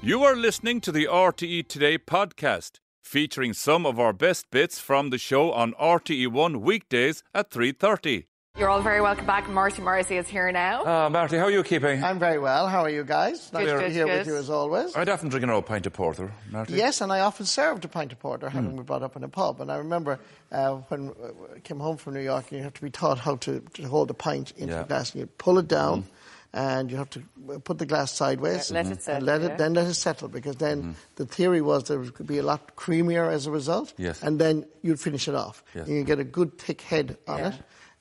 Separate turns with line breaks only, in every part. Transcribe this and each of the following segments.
You are listening to the RTE Today podcast, featuring some of our best bits from the show on RTE One weekdays at 3:30.
You're all very welcome back. Marty Morrissey is here now.
Uh, Marty, how are you keeping?
I'm very well. How are you guys? Nice
Good,
to be
good,
here
good.
with you as always.
I'd often drink an old pint of porter, Marty.
Yes, and I often served a pint of porter, having been brought up in a pub. And I remember uh, when uh, I came home from New York, and you have to be taught how to, to hold a pint into
Yeah. Mm-hmm.
the glass, and you pull it down, and you have to uh, put the glass sideways.
Yeah, let it
Mm-hmm.
and
settle,
let it-
yeah.
Then let it settle, because then the theory was there could be a lot creamier as a result.
Yes.
And then you'd finish it off,
Yes.
and you get a good thick head on
Yeah.
it.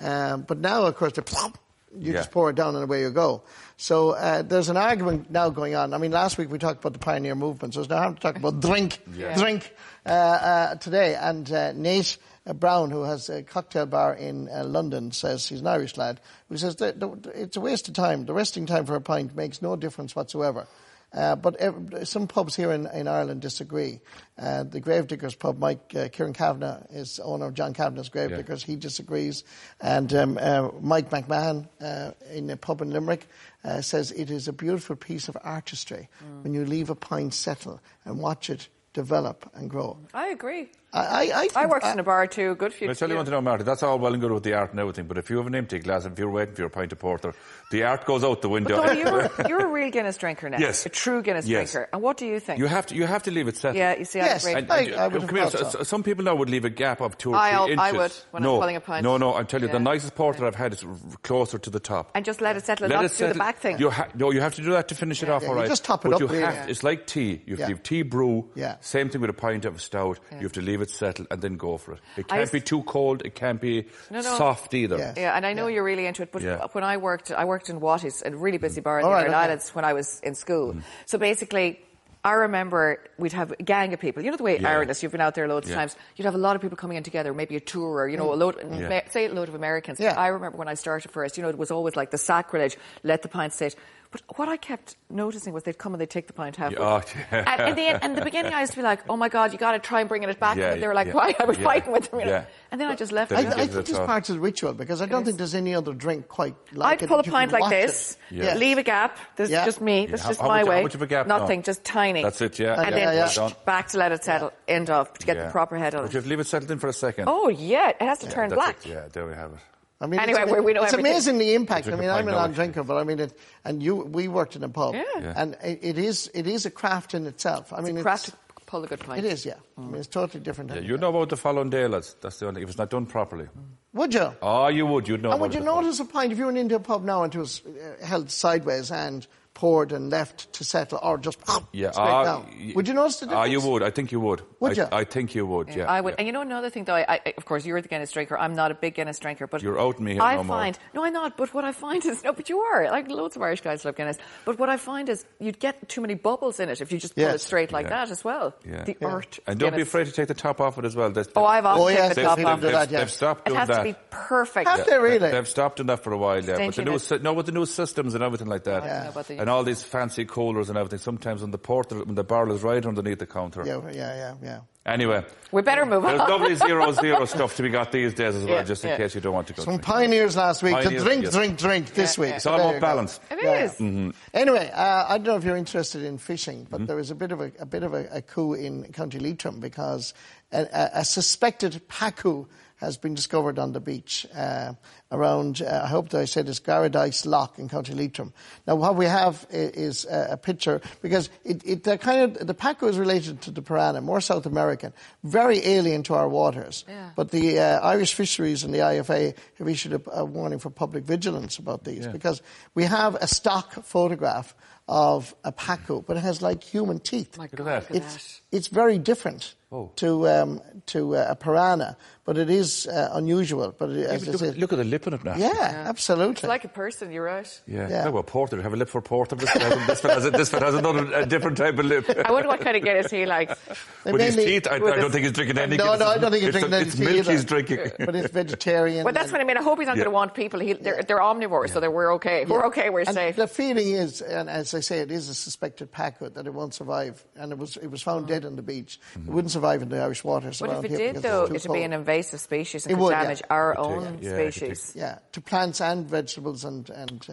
Um, but now, of course, the plop, you
Yeah.
just pour it down and away you go. So uh, there's an argument now going on. I mean, last week we talked about the pioneer movement, so it's now time to talk about drink,
Yeah.
drink uh, uh, today. And uh, Nate uh, Brown, who has a cocktail bar in uh, London, says he's an Irish lad, who says that the, it's a waste of time. The resting time for a pint makes no difference whatsoever. Uh, but ev- some pubs here in, in Ireland disagree. Uh, the Gravediggers pub, Mike uh, Kieran Kavanagh is owner of John Kavanagh's Gravediggers. He disagrees. And um, uh, Mike McMahon uh, in a pub in Limerick uh, says it is a beautiful piece of artistry
Mm.
when you leave a pint settle and watch it develop and grow.
I agree.
I, I, I, think-
I worked in a bar too. Good for you.
I tell you one thing, now, Marty. That's all well and good with the art and everything, but if you have an empty glass and if you're waiting for your pint of porter, the art goes out the window.
Tony, you're, you're a real Guinness drinker now.
Yes.
A true Guinness
Yes.
drinker. And what do you think?
You have to. You have to leave it settled.
yeah, you see,
Yes.
I agree.
And,
I-
and,
I would
come here,
have thought
so-
so.
so- some people now would leave a gap of two or
I-
3
I
inches.
would when I'm
no,
pulling a pint.
No, no, I'm telling you, the
Yeah.
nicest porter I've had is r- closer to the top.
And just let it settle. not do the back thing.
You ha- no, you have to do that to finish it off,
Yeah,
all
you
right.
just top it
But
up,
you
really.
have
Yeah.
it's like tea. You have
Yeah.
to leave tea brew.
Yeah.
Same thing with a pint of stout. You have to leave it settle and then go for it. It can't
s-
be too cold. It can't be
No, no.
soft either.
Yeah.
Yeah, and I know you're really into it, but
Yeah.
when I worked, I worked in Watties, a really busy bar in
All
the
right,
Iron
okay.
Islands when I was in school.
Mm-hmm.
So basically, I remember we'd have a gang of people. You know the way
Yeah.
Ireland is, you've been out there loads
Yeah.
of times, you'd have a lot of people coming in together, maybe a tour, you know, a load,
Yeah.
say a load of Americans.
Mm. Yeah.
I remember when I started first, you know, it was always like the sacrilege, let the pint sit. But what I kept noticing was they'd come and they'd take the pint halfway.
Yeah, oh, yeah.
And in the, end, and the beginning, I used to be like, oh my God, you got to try and bring it back.
Yeah,
and they were like,
yeah,
why? I was
yeah,
fighting with them. You know?
yeah.
And then I just left
They
it.
I,
didn't
I
give it
think
a
this
thought.
part is ritual because I don't think there's any other drink quite like
I'd
it.
pull a
that you can
pint like
watch it.
this,
Yeah.
leave a gap. There's
Yeah.
just me. That's
how-
just
how
my
much- how
way.
much of a gap? No.
Nothing, just tiny.
That's it, yeah.
And
Yeah,
then
yeah.
psh,
Done.
back to let it settle. End of to get
Yeah.
the proper head on.
But
it.
you have to leave it settled in for a second.
Oh yeah, it has to turn
That's It.
black.
Yeah, there we have it.
I mean,
Anyway,
it's,
we- we know
it's
everything.
amazing the impact. I
Drink a
mean, I'm
pint
a
now,
non-drinker, but I mean, it, and you, we worked in a pub,
Yeah. Yeah.
and it, it is, it is a craft in itself. I mean,
It's a
it's-
craft to pull a good pint.
it is, yeah. I mean, it's totally different.
Yeah, you'd know about the following day, lads. That's the only. If it's not done properly,
Would you?
oh, you would. You'd know.
and
about
would you
it.
notice a pint if you were into a pub now and it was uh, held sideways and poured and left to settle, or just
Yeah.
straight
ah,
down?
y-
would you notice the difference?
Ah, you would. I think you would.
Would
I,
you?
I think you would. Yeah.
I would,
yeah.
and you know another thing though. I, I, of course, you're the Guinness drinker. I'm not a big Guinness drinker, but
You're outing me here
I
no more.
find no, I'm not. But what I find is no, but you are. Like loads of Irish guys love Guinness, but what I find is you'd get too many bubbles in it if you just pull it
Yes.
straight like
Yeah.
that as well.
Yeah.
The
Yeah.
art. of
And don't be
Guinness.
afraid to take the top off it as well. There's-
Oh, I've often
Oh,
taken
yes,
the
They've,
top
they've-
off.
they've- that, yeah.
they've stopped
It
doing
has
that.
to be perfect.
Have they really?
They've stopped doing that for a while, yeah. But the new,
Stinginess.
sy- no, with the new systems and everything like that,
Yeah.
About the-
and all these fancy coolers and everything. Sometimes when the port, when the barrel is right underneath the counter.
Yeah, yeah, yeah, yeah.
Anyway,
We better move
there's
on.
lovely zero zero stuff to be got these days as well,
Yeah,
just in
yeah.
case you don't want to go.
From
drinking.
pioneers last week
Pioneers,
to drink,
yes.
drink, drink this
Yeah,
week.
yeah. It's
all
there
about
you go.
balance. Mm-hmm.
It is.
Anyway, uh, I don't know if you're interested in fishing, but there was a bit of a, a bit of a, a coup in County Leitrim because a, a, a suspected pacu has been discovered on the beach uh, around. Uh, I hope that I said it's Garadice Lock in County Leitrim. Now, what we have i- is a, a picture because it, it they're kind of the pacu is related to the piranha, more South American, very alien to our waters.
Yeah.
But the uh, Irish Fisheries and the IFA have issued a, a warning for public vigilance about these because we have a stock photograph of a pacu, but it has like human teeth.
My
at
God,
that.
look at that.
it's, it's very different
Oh.
to um, to uh, a piranha, but it is uh, unusual. But it, as I
Look,
said,
look at the lip on it now.
yeah, absolutely.
It's like a person, you're right.
Yeah.
Yeah.
No, well, Porter, have a lip for Porter. This one has, a- this one has, a- this one has another, a different type of lip.
I wonder what kind of Guinness he likes.
They
With his
mainly-
teeth, I, I
with
don't
his-
think he's drinking any.
no, no, I don't think it's
it's
drinking
It's
anything
milk
either.
he's drinking.
but it's vegetarian.
But that's
and-
what I mean. I hope he's not
Yeah.
going to want people. He, they're, they're omnivores, so they we're okay. We're okay. We're
and
safe.
The feeling is, and as I say, it is a suspected packet that it won't survive, and it was it was found dead on the beach. It wouldn't survive in the Irish waters.
But
around
if it
here
did,
because it's
though,
too
it'd be
cold.
an invasive species and
It
could
would, yeah.
damage our
It could
own
take- yeah, it could
species.
Yeah, to plants and vegetables and and uh,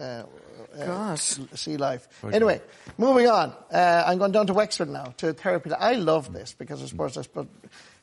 uh,
God.
s- sea life. Anyway, moving on. Uh, I'm going down to Wexford now to therapy. I love this because I suppose I suppose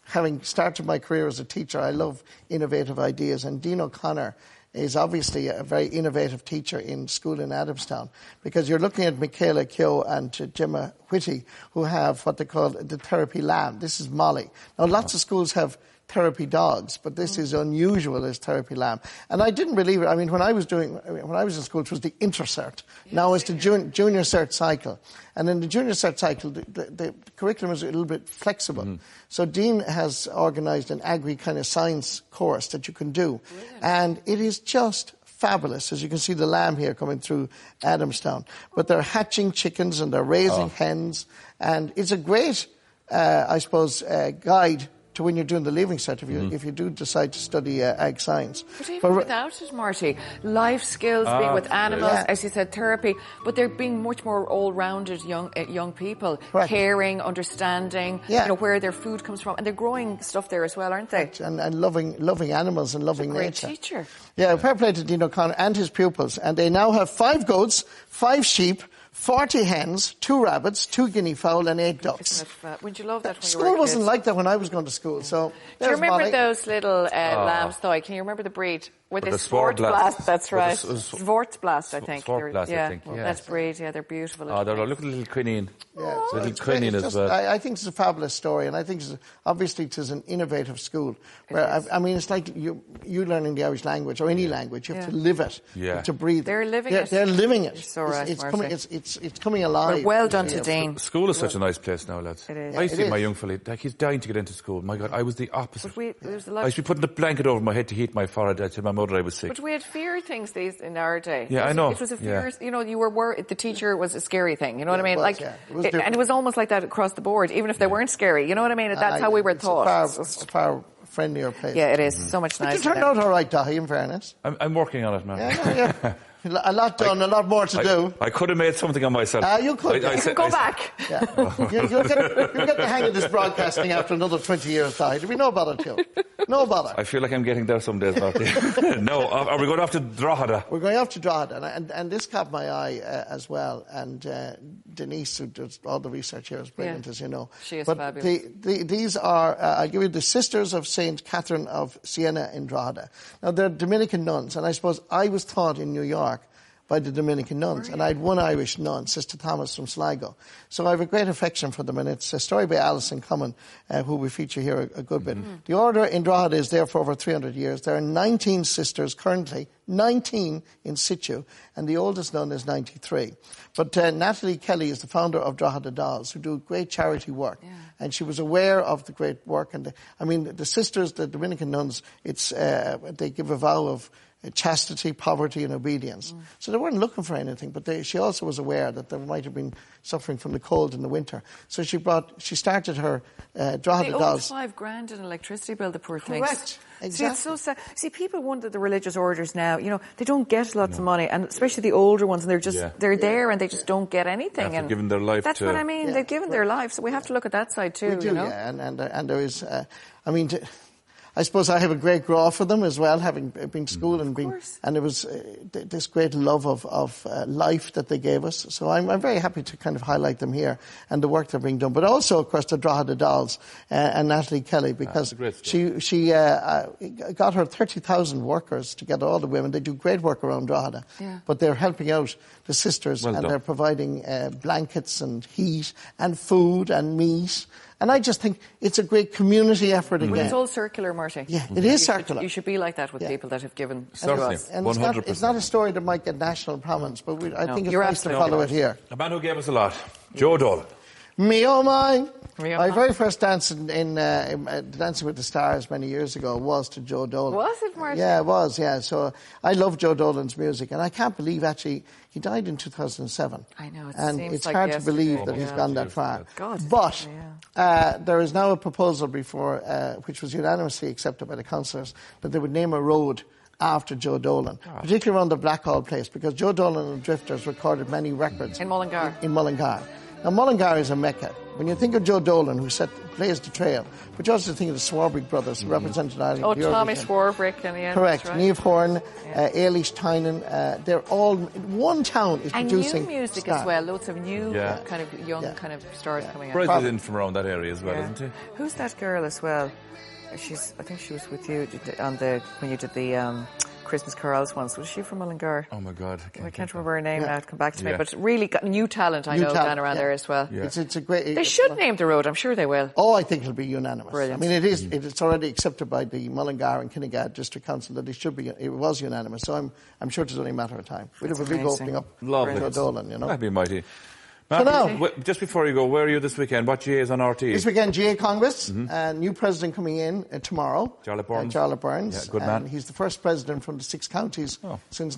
having started my career as a teacher, I love innovative ideas. And Dean O'Connor is obviously a very innovative teacher in school in Adamstown because you're looking at Michaela Kyo and uh, Gemma Whitty who have what they call the therapy lamb. This is Molly. Now, lots of schools have therapy dogs, but this is unusual as therapy lamb. And I didn't believe it. I mean, when I was doing, I mean, when I was in school, it was the intercert. Now it's the jun- junior cert cycle. And in the junior cert cycle, the, the, the curriculum is a little bit flexible. So Dean has organised an agri kind of science course that you can do. And it is just fabulous. As you can see, the lamb here coming through Adamstown. But they're hatching chickens and they're raising hens. And it's a great, uh, I suppose, uh, guide to when you're doing the leaving cert if you, if you do decide to study uh, ag science.
But even
But re-
without it, Marty, life skills,
Ah,
being with animals,
Yeah.
as you said, therapy, but they're being much more all-rounded young uh, young people,
Correct.
caring, understanding,
Yeah.
you know where their food comes from, and they're growing stuff there as well, aren't they?
and, and loving, loving animals and loving
Great
nature.
teacher.
Yeah, fair play to Dean O'Connor and his pupils. And they now have five goats, five sheep, 40 hens, two rabbits, two guinea fowl, and eight ducks.
Isn't it, uh, Wouldn't you love that? When you
School
were a
wasn't
kid?
like that when I was going to school. So
Do you
there's
remember
Molly.
those little uh, lambs, though? Can you remember the breed?
Ah. With
With, the
the sword blast.
Swartblast, that's
With the
right.
s- s-
Swartblast, I
Sw-
think.
Swartblast, I
yeah,
think, yeah.
That's breed, yeah, they're beautiful.
Oh, they're
little
all- look at the little quinine.
Yeah, so
little
it's great.
quinine
It's
as
just-
well.
I, I think it's a fabulous story, and I think it's, obviously it is an innovative school. Where I, I mean, it's like you you learning the Irish language or any language, you have
Yeah.
to live it,
Yeah.
you have to breathe.
They're living
they're,
it.
They're living it.
You're so
it's,
right,
it's coming.
Marcy.
It's, it's it's coming alive.
Well, well done to
Yeah.
Dean.
School is such a nice place now, lads.
It is.
I used to
It
see my
is.
young fella, like, he's dying to get into school. My God, I was the opposite.
But we, there was a
I
lot
used to be putting a blanket over my head to heat my forehead. I told my mother I was sick.
But we had fear things these in our day.
Yeah,
It
I
was-
know.
It was a
Yeah.
fear. You know, you were worried. The teacher was a scary thing. You know what I mean?
it was,
like,
yeah. It was
and
different.
it was almost like that across the board, even if they weren't scary. You know what I mean? That's
I-
how we were
it's a Mm-hmm.
taught.
far,
It's just-
far friendlier place.
yeah, it is. so much
But
nicer.
you turned
now.
out all right, Dahi, in fairness.
I'm, I'm working on it, man.
Yeah, yeah. A lot done, a lot more to do.
I, I could have made something on myself.
Ah, you could.
I- I
You
said-
Go
I said-
back.
Yeah. you, you'll, get, you'll get the hang of this broadcasting after another 20 years, Dahi. There'll be no bother to you. No bother.
I feel like I'm getting there some days, Marty. no, are are we going off to Drogheda?
We're going off to Drogheda, and, I- and, and this caught my eye uh, as well. And uh, Denise, who does all the research here, is brilliant,
Yeah.
as you know.
She is
but
fabulous.
The, the, these are, uh, I'll give you the Sisters of St. Catherine of Siena in Drogheda. Now, they're Dominican nuns, and I suppose I was taught in New York by the Dominican nuns, and I had one Irish nun, Sister Thomas from Sligo. So I have a great affection for them, and it's a story by Alison Cummin, uh, who we feature here a, a good bit.
Mm-hmm.
The order in Drogheda is there for over 300 years. There are 19 sisters currently, 19 in situ, and the oldest nun is 93. But uh, Natalie Kelly is the founder of Drogheda Dolls, who do great charity work and she was aware of the great work. And the, I mean, the sisters, the Dominican nuns, it's uh, they give a vow of uh, chastity, poverty, and obedience. So they weren't looking for anything, but they, she also was aware that they might have been suffering from the cold in the winter. So she brought, she started her uh,
They
Drogheda
owed
dolls.
five grand in electricity bill, the poor
Correct.
things. See, it's so sad. See, people wonder the religious orders now, you know, they don't get lots of money, and especially the older ones, and they're just,
Yeah.
they're there and they just don't get anything.
After
and
giving their life
That's
to-
what I mean.
Yeah.
They've given their life, so we have to look at that side too,
We do,
you know?
yeah, and and, and there is, uh, I mean. t I suppose I have a great graw for them as well, having
Mm-hmm.
been school and being,
course.
and it was uh, th- this great love of, of uh, life that they gave us. So I'm, I'm very happy to kind of highlight them here and the work they're being done. But also, of course, the Drogheda Dolls uh, and Natalie Kelly, because
Ah, a great story.
she she uh, uh, got her 30,000 workers together, all the women. They do great work around Drogheda,
Yeah.
but they're helping out the sisters
Well
and
done.
they're providing uh, blankets and heat and food and meat. And I just think it's a great community effort again.
Well, it's all circular, Marty.
Yeah, it is
You should-
circular.
you should be like that with
Yeah.
people that have given to
Certainly.
us.
and it's not, it's
100%.
not a story that might get national prominence, but we, I
No,
think it's
you're
nice to
absolutely
follow
right.
it here.
A man who gave us a lot, Joe Dole.
Me oh my!
Me oh
my
my.
very first dance in, in, uh, in uh, Dancing with the Stars many years ago was to Joe Dolan.
Was it, Martin?
Yeah, it was. Yeah, so I love Joe Dolan's music, and I can't believe actually he died in 2007.
I know, it
and
seems
it's
like
hard to
yesterday.
believe
Oh,
that
my
he's
God.
gone that far.
God, it's
but
yesterday, yeah.
Uh, there is now a proposal before, uh, which was unanimously accepted by the councillors, that they would name a road after Joe Dolan, particularly around the Blackhall place, because Joe Dolan and the Drifters recorded many records
In Mullingar.
In Mullingar. Now, Mullingar is a mecca. When you think of Joe Dolan, who set, plays the trail, but you also think of the Swarbrick brothers who represented Ireland.
Oh,
at the
Tommy
Eurovision.
Swarbrick and the end.
Correct.
Right.
Neve Horn, uh, Eilish Tynan, uh, they're all, one town is
and new
producing.
music
star.
as well. Lots of new
Yeah.
kind of young
Yeah.
kind of stars coming out.
Bryce is in from around that area as well,
Yeah.
isn't he?
Who's that girl as well? She's. I think she was with you on the when you did the um, Christmas carols once. Was she from Mullingar?
Oh my God, I can't,
I
think
can't remember her name now. Come back to me.
Yeah.
But really, got new talent I
New
know
talent,
down around
yeah.
there as well.
It's, it's a great.
They should name the road. I'm sure they will.
Oh, I think it'll be unanimous.
Brilliant.
I mean, it is- It's already accepted by the Mullingar and Kinnegad District Council that it should be. It was unanimous, so I'm. I'm sure it's only a matter of time. We'll have a big
amazing.
opening up.
Lovely.
for Dolan, you know.
That'd be mighty. Matt,
now-
w- just before you go, where are you this weekend? What GA is on RT?
This weekend, GA Congress, uh, new president coming in uh, tomorrow.
Charlotte Burns.
Uh, Charlotte Burns.
Yeah, good
And
man. Oh.
he's the first president from the six counties since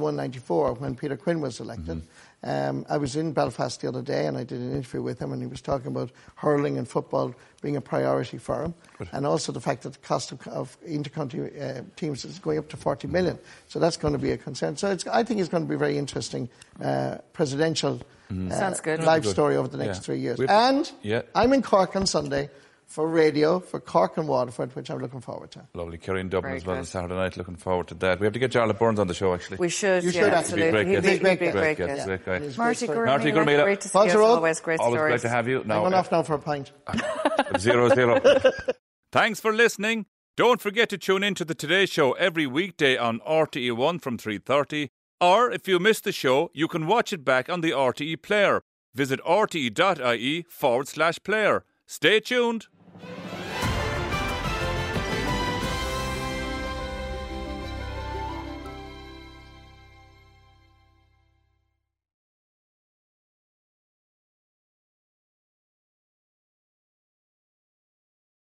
1991-94 when Peter Quinn was
Mm-hmm.
elected. Um, I was in Belfast the other day and I did an interview with him and he was talking about hurling and football being a priority for him and also the fact that the cost of, of intercounty uh, teams is going up to 40 million. So that's going to be a concern. So it's, I think it's going to be a very interesting uh, presidential uh,
Sounds good.
life
Mm-hmm. Good.
story over the next
Yeah.
three years.
We've-
and
Yeah.
I'm in Cork on Sunday for radio for Cork and Waterford, which I'm looking forward to.
Lovely. Kerry in Dublin
Very
as well on
good.
Saturday night. Looking forward to that. We have to get Charlotte Burns on the show, actually.
We should.
You
yeah,
should
He'd be a
absolutely.
great
He'd
guest.
be, he'd be a
Great
great
guest,
guest.
great guy.
He's
Marty
great.
Gurmila,
Marty Gurmila.
great to see
Walter
you.
Oak.
Always great
Always
stories.
great to have you.
I'm
Now, uh,
going off now for a pint.
zero zero.
Thanks for listening. Don't forget to tune in to the Today Show every weekday on RTE1 from 3:30. Or if you missed the show, you can watch it back on the E RTE player. Visit rte.ie forward slash player. Stay tuned.